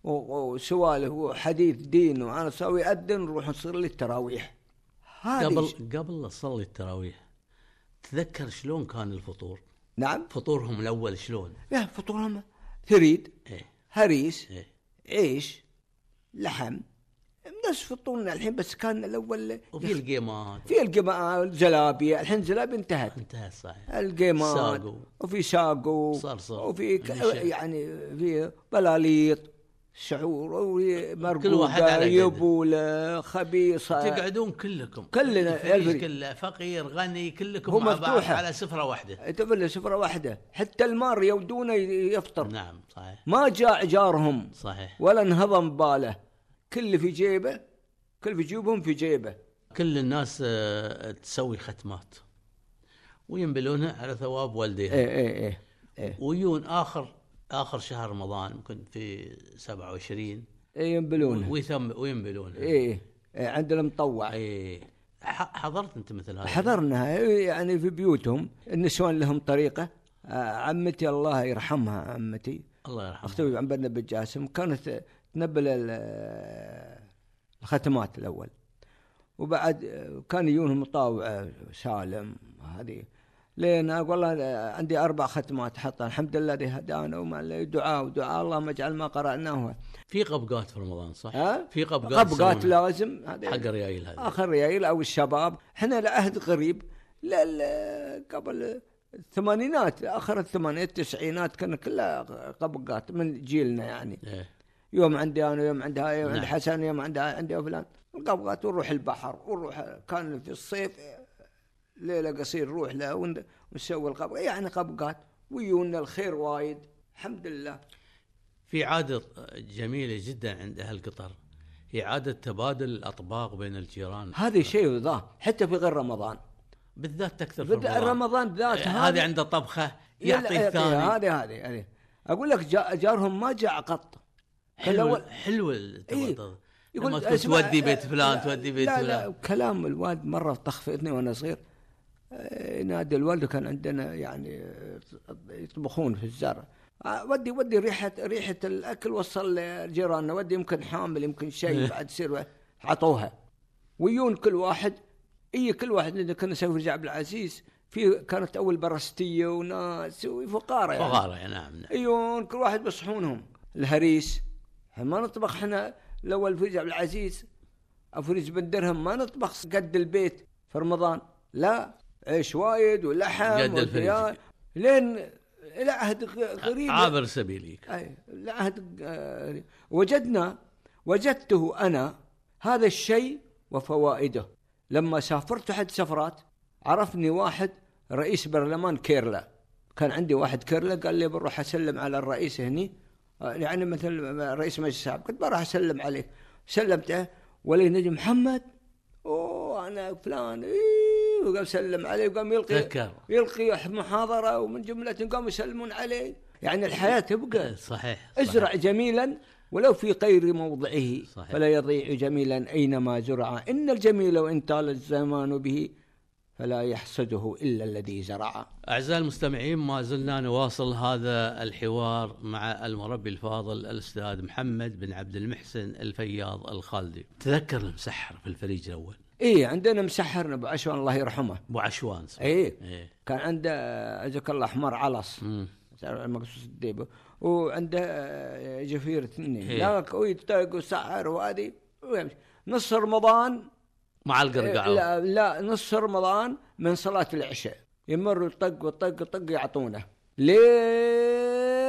S4: و- و- وسوالف وحديث دين وأنا سوي أذن نروح نصلي التراويح هذه ش-
S3: قبل قبل لا تصلي التراويح تذكر شلون كان الفطور
S4: نعم
S3: فطورهم الاول شلون
S4: يا فطورهم ثريد
S3: ايه
S4: هريس
S3: ايه
S4: عيش لحم نفس فطورنا الحين بس كان الأول
S3: وفي القيمات
S4: في القماء الجلابية الحين الجلابية انتهت
S3: انتهى صحيح
S4: القيمات
S3: ساقو.
S4: وفي ساقو
S3: صرصر.
S4: وفي ك...
S3: نشا.
S4: يعني في بلاليط شعور وفي مرقوده
S3: واحد على قده.
S4: يبوله خبيصه
S3: تقعدون كلكم
S4: آه، كلنا
S3: الفريق
S4: الفريق.
S3: كله فقير غني كلكم
S4: هو
S3: مع بعض
S4: مفتوحة.
S3: على سفره واحده
S4: تفل سفره واحده حتى المار يودونه ي- يفطر
S3: نعم صحيح
S4: ما جاع جارهم
S3: صحيح
S4: ولا انهضم باله كل في جيبه كل في جيوبهم في جيبه
S3: كل الناس آه، تسوي ختمات وينبلونها على ثواب والديها
S4: ايه ايه ايه ايه
S3: ويون اخر اخر شهر رمضان يمكن في 27
S4: إيه ينبلونه
S3: ويثم وينبلونها
S4: ايه, إيه عندنا مطوع
S3: اي ح- حضرت انت مثل هذا
S4: حضرنا يعني في بيوتهم النسوان لهم طريقه آه، عمتي الله يرحمها عمتي
S3: الله يرحمه
S4: اختي عمبرنا بن جاسم كانت تنبل ال- الختمات الاول وبعد آه، كان يجونهم مطاوع سالم هذه لين اقول والله أنا عندي اربع ختمات حطها الحمد لله الذي هدانا وما لا- دعاء ودعاء اللهم اجعل ما قراناه
S3: في قبقات في رمضان صح؟
S4: ها؟
S3: في قبقات
S4: قبقات
S3: يسوونها
S4: لازم هذه
S3: حق الريايل هذه
S4: اخر ريايل او الشباب احنا لعهد قريب لل قبل الثمانينات اخر الثمانينات التسعينات كنا كلها طبقات من جيلنا يعني
S3: إيه.
S4: يوم عندي انا يوم عندها يوم عند
S3: نعم.
S4: حسن يوم عندها عندي فلان القبغات ونروح البحر ونروح كان في الصيف ليله قصير نروح له ون- ونسوي القبغ يعني قبغات ويونا الخير وايد الحمد لله
S3: في عادة جميلة جدا عند أهل قطر هي عادة تبادل الأطباق بين الجيران
S4: هذا شيء ذا حتى في غير رمضان
S3: بالذات تكثر في
S4: بدأ
S3: رمضان
S4: رمضان ذات إيه،
S3: إيه، هذه عنده طبخة يعطي الثاني
S4: هذه هذه هذه اقول لك جا- جارهم ما جاء قط
S3: حلو
S4: الأول- إيه،
S3: حلو التبادل لما تكون
S4: اسمع-
S3: تودي بيت فلان
S4: إيه، لا-
S3: تودي بيت
S4: لا لا
S3: فلان
S4: كلام الوالد مره طخفتني وانا صغير آه، ينادي الوالد كان عندنا يعني آه، يطبخون في الزرع آه، ودي ودي ريحه ريحه الاكل وصل لجيراننا ودي يمكن حامل يمكن شيء بعد سير عطوها ويون كل واحد اي كل واحد لأن كنا نسوي رجع عبد العزيز في كانت اول برستيه وناس وفقاره يعني.
S3: فقارة يعني. نعم نعم
S4: ايون أيوة، كل واحد بصحونهم الهريس احنا ما نطبخ احنا الاول فريج عبد العزيز او فريج بن درهم ما نطبخ قد البيت في رمضان لا عيش وايد ولحم
S3: قد الفريج.
S4: والديان. لين الى عهد غ- غريب
S3: عابر سبيليك
S4: أي، الى عهد آه، وجدنا وجدته انا هذا الشيء وفوائده لما سافرت احد سفرات عرفني واحد رئيس برلمان كيرلا كان عندي واحد كيرلا قال لي بروح اسلم على الرئيس هني آه، يعني مثل رئيس مجلس الشعب قلت بروح اسلم عليك سلمته ولي نجم محمد اوه انا فلان إيه وقام سلم عليه وقام يلقي
S3: تذكر.
S4: يلقي محاضره ومن جملته قاموا يسلمون عليه يعني الحياه تبقى
S3: إيه، صحيح
S4: ازرع جميلا ولو في غير موضعه
S3: صحيح.
S4: فلا يضيع جميلا اينما زرع ان الجميل وان طال الزمان به فلا يحسده الا الذي زرعه
S3: أعزائي المستمعين ما زلنا نواصل هذا الحوار مع المربي الفاضل الأستاذ محمد بن عبد المحسن الفياض الخالدي تذكر المسحر في الفريق الأول
S4: ايه عندنا مسحرنا ابو عشوان الله يرحمه
S3: أبو عشوان اسمه.
S4: ايه
S3: إيه.
S4: كان عنده عزك الله حمار علص
S3: مم.
S4: مقصوص الديبه وعنده آه، جفير اثنين
S3: إيه.
S4: لا ويتطق وسحر وهذه ويمشي نص رمضان
S3: مع القرقعة
S4: إيه، لا لا نص رمضان من صلاة العشاء يمروا طق وطق وطق يعطونه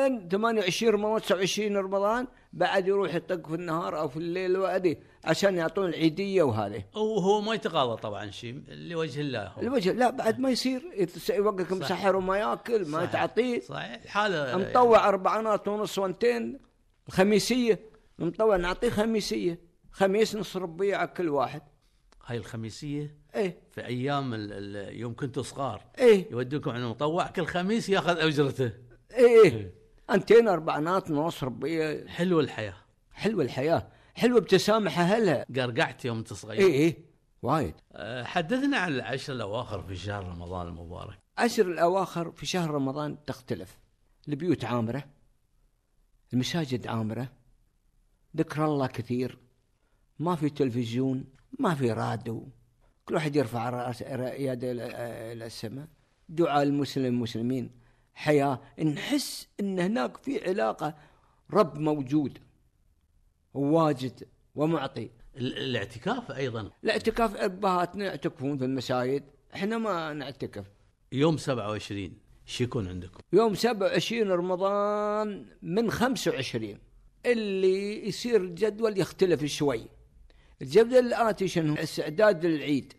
S4: لين 28 رمضان 29 رمضان بعد يروح يطق في النهار او في الليل وهذه عشان يعطون العيديه وهذه
S3: وهو ما يتقاضى طبعا شيء لوجه الله هو.
S4: الوجه لا بعد ما يصير يتس- يوقف مسحر وما ياكل ما
S3: صحيح.
S4: تعطيه
S3: صحيح حاله
S4: مطوع اربعانات ونص وانتين خميسيه مطوع نعطيه خميسيه خميس نص ربيع على كل واحد
S3: هاي الخميسيه
S4: ايه
S3: في ايام ال- ال- يوم كنتوا صغار
S4: ايه
S3: يودوكم عند مطوع كل خميس ياخذ اجرته
S4: ايه انتين اربعينات نص ربية
S3: حلو الحياه
S4: حلوه الحياه حلوه ابتسامه اهلها
S3: قرقعت يوم انت صغير
S4: ايه ايه وايد
S3: أه، حدثنا عن العشر الاواخر في شهر رمضان المبارك
S4: عشر الاواخر في شهر رمضان تختلف البيوت عامره المساجد عامره ذكر الله كثير ما في تلفزيون ما في راديو كل واحد يرفع رأس- رأ- يده إلى- الى السماء دعاء المسلم المسلمين حياه نحس ان هناك في علاقه رب موجود وواجد ومعطي
S3: ال- الاعتكاف ايضا
S4: الاعتكاف ابهاتنا يعتكفون في المساجد احنا ما نعتكف
S3: يوم 27 شو يكون عندكم؟
S4: يوم 27 رمضان من 25 اللي يصير الجدول يختلف شوي الجدول الآتي شنو استعداد للعيد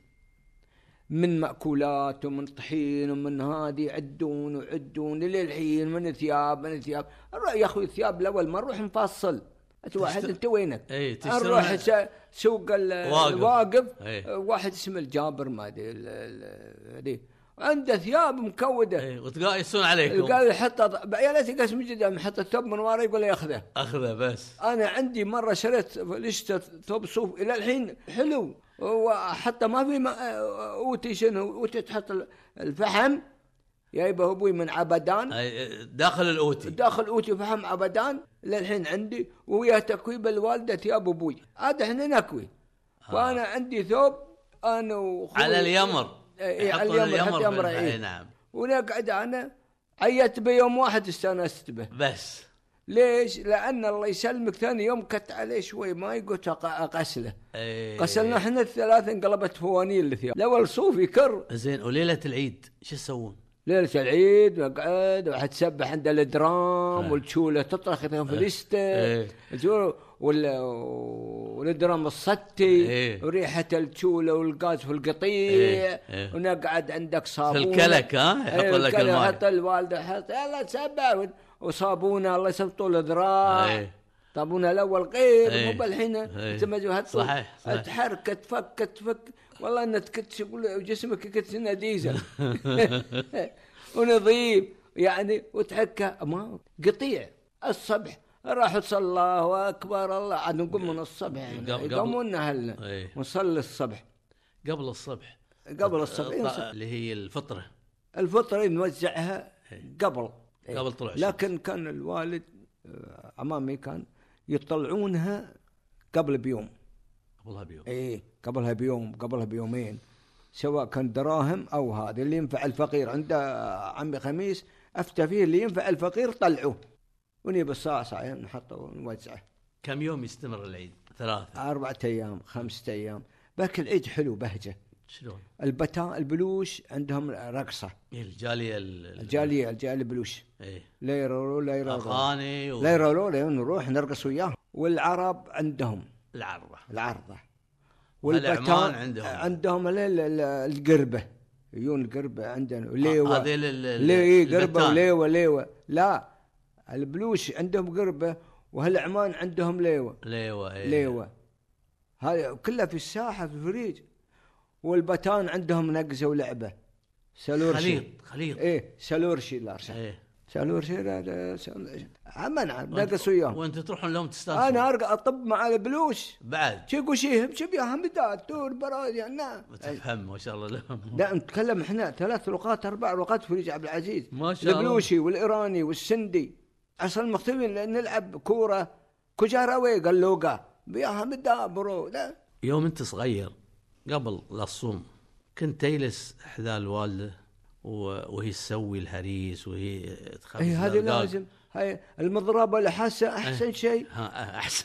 S4: من مأكولات ومن طحين ومن هذه عدون وعدون للحين من ثياب من ثياب نروح يا اخوي الثياب الاول ما نروح نفصل انت واحد
S3: تشتري-
S4: انت وينك؟
S3: إيه، تشتري-
S4: نروح س- سوق ال-
S3: واقف.
S4: الواقف
S3: إيه.
S4: واحد اسمه الجابر ما ادري ال- ال- هذي. عنده ثياب مكوده
S3: ايه وتقايسون عليكم
S4: قال يحط يا ليت قسم جدا يحط الثوب من ورا يقول ياخذه
S3: اخذه بس
S4: انا عندي مره شريت لشت ثوب صوف الى الحين حلو وحتى ما في ما اوتي شنو اوتي تحط ال- الفحم جايبه ابوي من عبدان
S3: أي- داخل الاوتي
S4: داخل اوتي فحم عبدان للحين عندي ويا تكويب الوالده ثياب ابوي عاد احنا نكوي فانا عندي ثوب انا وخوي
S3: آه. على اليمر
S4: إيه، على
S3: يحطون
S4: اليمر، حط
S3: في
S4: يمره،
S3: الف-
S4: إيه.
S3: إيه، نعم
S4: ونقعد انا عيت بيوم واحد استانست به
S3: بس
S4: ليش؟ لان الله يسلمك ثاني يوم كت عليه شوي ما يقول تق- اغسله
S3: إيه.
S4: غسلنا احنا الثلاثه انقلبت فوانيل الثياب الاول صوف يكر
S3: زين وليله العيد شو تسوون؟
S4: ليله العيد وقعد واحد سبح عند الدرام والشوله تطرخ في
S3: إيه.
S4: الفلسته الجو- وال- والدرام الصتي
S3: إيه.
S4: وريحه الشوله والغاز في القطيع
S3: إيه. إيه.
S4: ونقعد عندك
S3: في
S4: صابون
S3: الكلك ها
S4: إيه،
S3: يحط لك
S4: الكلك حط
S3: الماء
S4: الوالده حط يلا تسبح وصابونه الله يسلم طول ذراع
S3: إيه.
S4: طابونه الاول غير
S3: إيه.
S4: مو الحين
S3: إيه.
S4: انت مجهد طول.
S3: صحيح، صحيح.
S4: تحرك تفك تفك والله انك كنت شغل- جسمك كنت انه ديزل ونظيف يعني وتحكه ما قطيع الصبح راح صلى الله اكبر الله عاد نقوم من الصبح يعني.
S3: قبل- قبل-
S4: يقومون اهلنا
S3: إيه.
S4: ونصلي الصبح
S3: قبل الصبح
S4: قبل الصبح إيه،
S3: الط-
S4: ينص-
S3: اللي هي الفطره
S4: الفطره نوزعها قبل إيه.
S3: قبل طلوع الشمس.
S4: لكن كان الوالد آه، عمامي كان يطلعونها قبل بيوم
S3: قبلها بيوم
S4: ايه قبلها بيوم قبلها بيومين سواء كان دراهم او هذا اللي ينفع الفقير عنده عمي خميس افتى فيه اللي ينفع الفقير طلعوه ونجيب الصاع صاعين يعني نحطه ونوزعه
S3: كم يوم يستمر العيد؟ ثلاثة
S4: أربعة أيام خمسة أيام باك العيد حلو بهجة
S3: شلون؟
S4: البتا البلوش عندهم رقصة
S3: إيه، الجالية ال- ال-
S4: الجالية الجالية بلوش
S3: ايه
S4: لا يرولو لا يرولو
S3: اغاني
S4: لا يرولو لا نروح نرقص وياهم والعرب عندهم
S3: والعرة
S4: العرضة
S3: هل عمان عندهم؟
S4: عندهم ال- ال- ال- القربة يجون قربة عندنا ليوة
S3: هذيل آه، ال- ال-
S4: ليه قربة
S3: البتان.
S4: وليوة ليوة لا البلوش عندهم قربة وهالعمان عندهم ليوة
S3: ليوه إيه.
S4: ليوة هذا كله في الساحة في الفريج والبتان عندهم نقزة ولعبة سلورشي
S3: خليط خليط
S4: ايه سلورشي لا
S3: ايه
S4: سلورشي لا- لا سلورشي. عمن عم نقص وياهم
S3: وانت تروحون لهم تستانسون
S4: انا ارقى اطب مع البلوش
S3: بعد
S4: شي قشيهم شي بياهم بدات دور براد يعني
S3: تفهم ما شاء الله لهم
S4: لا نتكلم احنا ثلاث لقات اربع لقات فريج عبد العزيز
S3: ما شاء الله.
S4: البلوشي والايراني والسندي اصلا مختلفين لان نلعب كوره كجاراوي قلوقه بياها مدابرو لا
S3: يوم انت صغير قبل لا تصوم كنت تجلس حذاء الوالده و- وهي تسوي الهريس وهي تخبز
S4: هي إيه، هذه
S3: الأرقاق.
S4: لازم هاي المضربه اللي حاسه
S3: إيه.
S4: احسن شيء
S3: ها احسن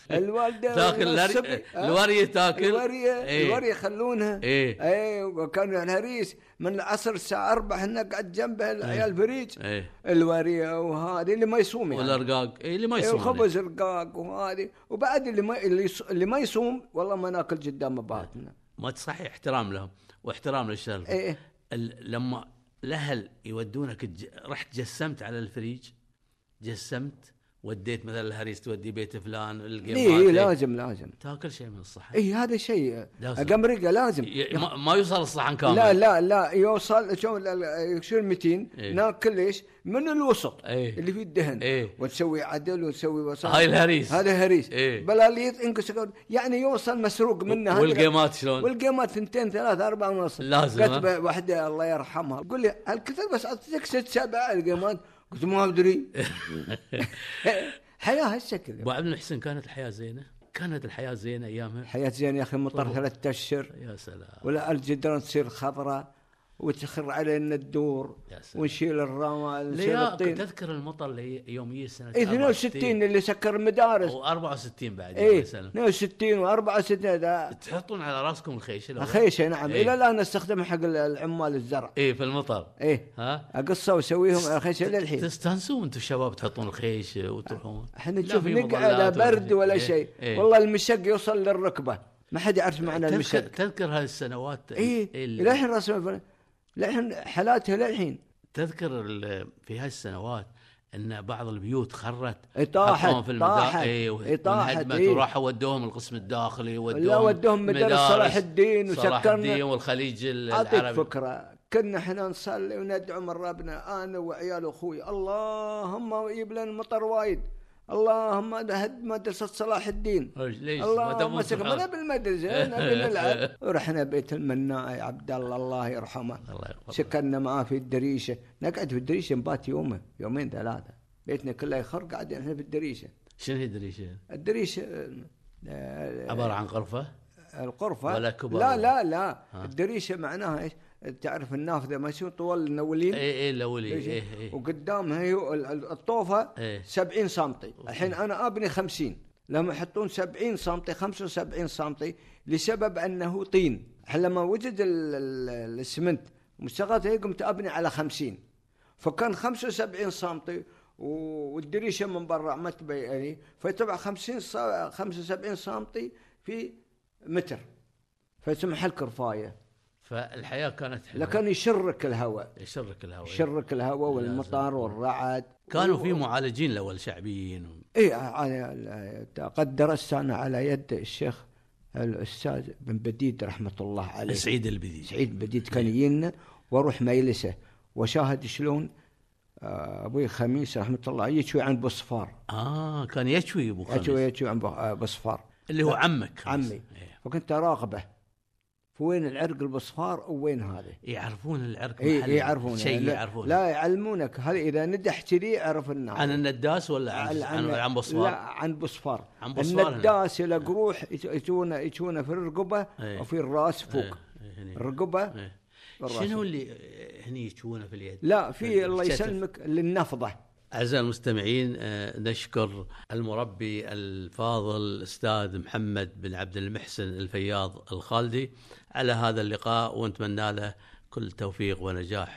S4: الوالده
S3: تاكل
S4: والسبي.
S3: الهري...
S4: ها؟
S3: الوريه تاكل
S4: الوريه
S3: إيه.
S4: الوريه يخلونها
S3: إيه.
S4: اي وكانوا الهريس من العصر الساعه 4 احنا قاعد جنبها
S3: إيه.
S4: العيال فريج
S3: ايه
S4: الوريه وهذه اللي ما يصوم يعني
S3: والارقاق إيه اللي ما
S4: إيه،
S3: يصوم عليه.
S4: وخبز رقاق وهذه وبعد اللي ما اللي, يص... اللي ما يصوم والله ما ناكل قدام اباتنا
S3: ما تصحي احترام لهم واحترام للشرف
S4: إيه.
S3: ال... لما الاهل يودونك الج... رحت جسمت على الفريج جسمت وديت مثلا الهريس تودي بيت فلان
S4: اي
S3: القيمات
S4: إيه، لازم لازم
S3: تاكل شيء من الصحن
S4: اي هذا شيء
S3: لازم.
S4: قمرقه لازم
S3: ي- ما, ما يوصل الصحن كامل
S4: لا لا لا يوصل شو ال- ال- شو المتين
S3: إيه.
S4: ناكل ليش؟ من الوسط
S3: إيه.
S4: اللي فيه الدهن
S3: إيه.
S4: ونسوي عدل ونسوي وسط
S3: هاي الهريس.
S4: هذا هريس
S3: إيه.
S4: بلاليط انقص يعني يوصل مسروق منه هذا-
S3: والقيمات شلون؟
S4: والقيمات ثنتين ثلاث اربع ونص
S3: لازم،
S4: قلت
S3: ها؟
S4: ب- واحده الله يرحمها قول لي هل كثر بس اعطيتك ست سبع القيمات قلت ما ادري حياه هالشكل
S3: ابو عبد الحسين كانت الحياه زينه كانت الحياه زينه ايامها
S4: حياه زين يا اخي مطر ثلاث اشهر
S3: يا سلام
S4: ولا الجدران تصير خضراء وتخر علينا الدور
S3: يا سلام.
S4: ونشيل الرمل ونشيل
S3: ليا
S4: الطين
S3: تذكر المطر اللي يوم يجي سنه
S4: إيه، 62 اللي سكر المدارس إيه،
S3: و64 بعد
S4: اي
S3: يا سلام
S4: 62 و64 ده
S3: تحطون على راسكم الخيشه لو-
S4: خيشه نعم
S3: إيه.
S4: الى الان استخدمها حق ال- العمال الزرع
S3: ايه في المطر
S4: ايه
S3: ها
S4: اقصها واسويهم خيشه للحين
S3: تستانسون انتم الشباب تحطون الخيشه وتروحون
S4: احنا
S3: لا
S4: تشوف
S3: في
S4: نقعد
S3: مظلات
S4: برد ولا
S3: إيه،
S4: شيء
S3: إيه.
S4: والله المشق يوصل للركبه ما حد يعرف معنى
S3: تذكر, إيه،
S4: المشق إيه،
S3: تذكر هالسنوات
S4: اي
S3: ال-
S4: للحين رسمه للحين حالاتها للحين
S3: تذكر ال- في هالسنوات ان بعض البيوت خرت
S4: إي طاحت،
S3: حطوهم في المدا- إيه،
S4: طاحت،
S3: إي،
S4: إي طاحت،
S3: وانهدمت
S4: إي.
S3: وراحوا ودوهم القسم الداخلي ودوهم
S4: لا، ودوهم مدارس صلاح الدين
S3: صلاح
S4: وسكرنا.
S3: الدين والخليج ال-
S4: اعطيك
S3: العربي
S4: فكره كنا احنا نصلي وندعو من ربنا انا وعيال اخوي اللهم يجيب لنا مطر وايد اللهم هد مدرسه صلاح الدين
S3: ليش ما
S4: اللهم
S3: تبون
S4: سك ما
S3: سبحان-
S4: نبي المدرسه نبي نلعب رحنا بيت المناء عبد الله الله يرحمه
S3: الله يرحمه.
S4: سكننا معاه في الدريشه نقعد في الدريشه نبات يومه يومين ثلاثه بيتنا كله يخر قاعدين احنا في الدريشه
S3: شنو هي شنو
S4: الدريشه آه،
S3: عباره عن غرفه
S4: القرفة
S3: ولا كبر
S4: لا
S3: ولا-
S4: لا لا الدريشة معناها ايش؟ تعرف النافذة ما شو طول
S3: اي
S4: النولين
S3: اي الاولي
S4: إيش؟
S3: اي اي
S4: وقدامها هي ال- ال- الطوفة
S3: إيه.
S4: 70 سنتي الحين أنا أبني 50 لما يحطون 70 سنتي 75 سنتي لسبب أنه طين الحين لما وجد ال- ال- الاسمنت مستغاثة هي قمت أبني على 50 فكان 75 سنتي و- والدريشة من برا ما تبين يعني فتبع 50 ص- 75 سنتي في متر فاسمها الكرفاية
S3: فالحياه كانت حلوه
S4: لكن يشرك الهواء
S3: يشرك الهواء
S4: شرك الهواء والمطر والرعد
S3: طيب.
S4: إيه،
S3: كانوا في معالجين الاول شعبيين
S4: اي على قد درست انا على يد الشيخ الاستاذ بن بديد رحمه الله عليه
S3: سعيد إيه. البديج
S4: سعيد بديد كان يجينا واروح مجلسه واشاهد شلون آه، ابوي خميس رحمه الله يشوي عن بصفار
S3: اه كان يشوي ابو
S4: يشوي
S3: خميس
S4: يشوي عن بصفار
S3: اللي هو عمك خميس.
S4: عمي
S3: إيه.
S4: آه، فكنت اراقبه فوين العرق البصفار وين هذا
S3: يعرفون العرق محل
S4: اي إيه، يعرفون
S3: شيء
S4: لا-
S3: يعرفون
S4: لا يعلمونك هل اذا ندح كذي اعرف انه
S3: عن النداس ولا عن
S4: عن
S3: عن, عن
S4: لا
S3: بصفار
S4: عن بصفار
S3: عن بصفار
S4: النداس الى قروح يجون يجون في الرقبه
S3: إيه.
S4: وفي الراس فوق
S3: إيه، هني.
S4: الرقبه
S3: إيه.
S4: والراس.
S3: شنو اللي إيه، هني يشوونه في اليد؟
S4: لا في الله
S3: الكتف.
S4: يسلمك للنفضه
S3: اعزائي المستمعين آه، نشكر المربي الفاضل الاستاذ محمد بن عبد المحسن الفياض الخالدي على هذا اللقاء ونتمنى له كل توفيق ونجاح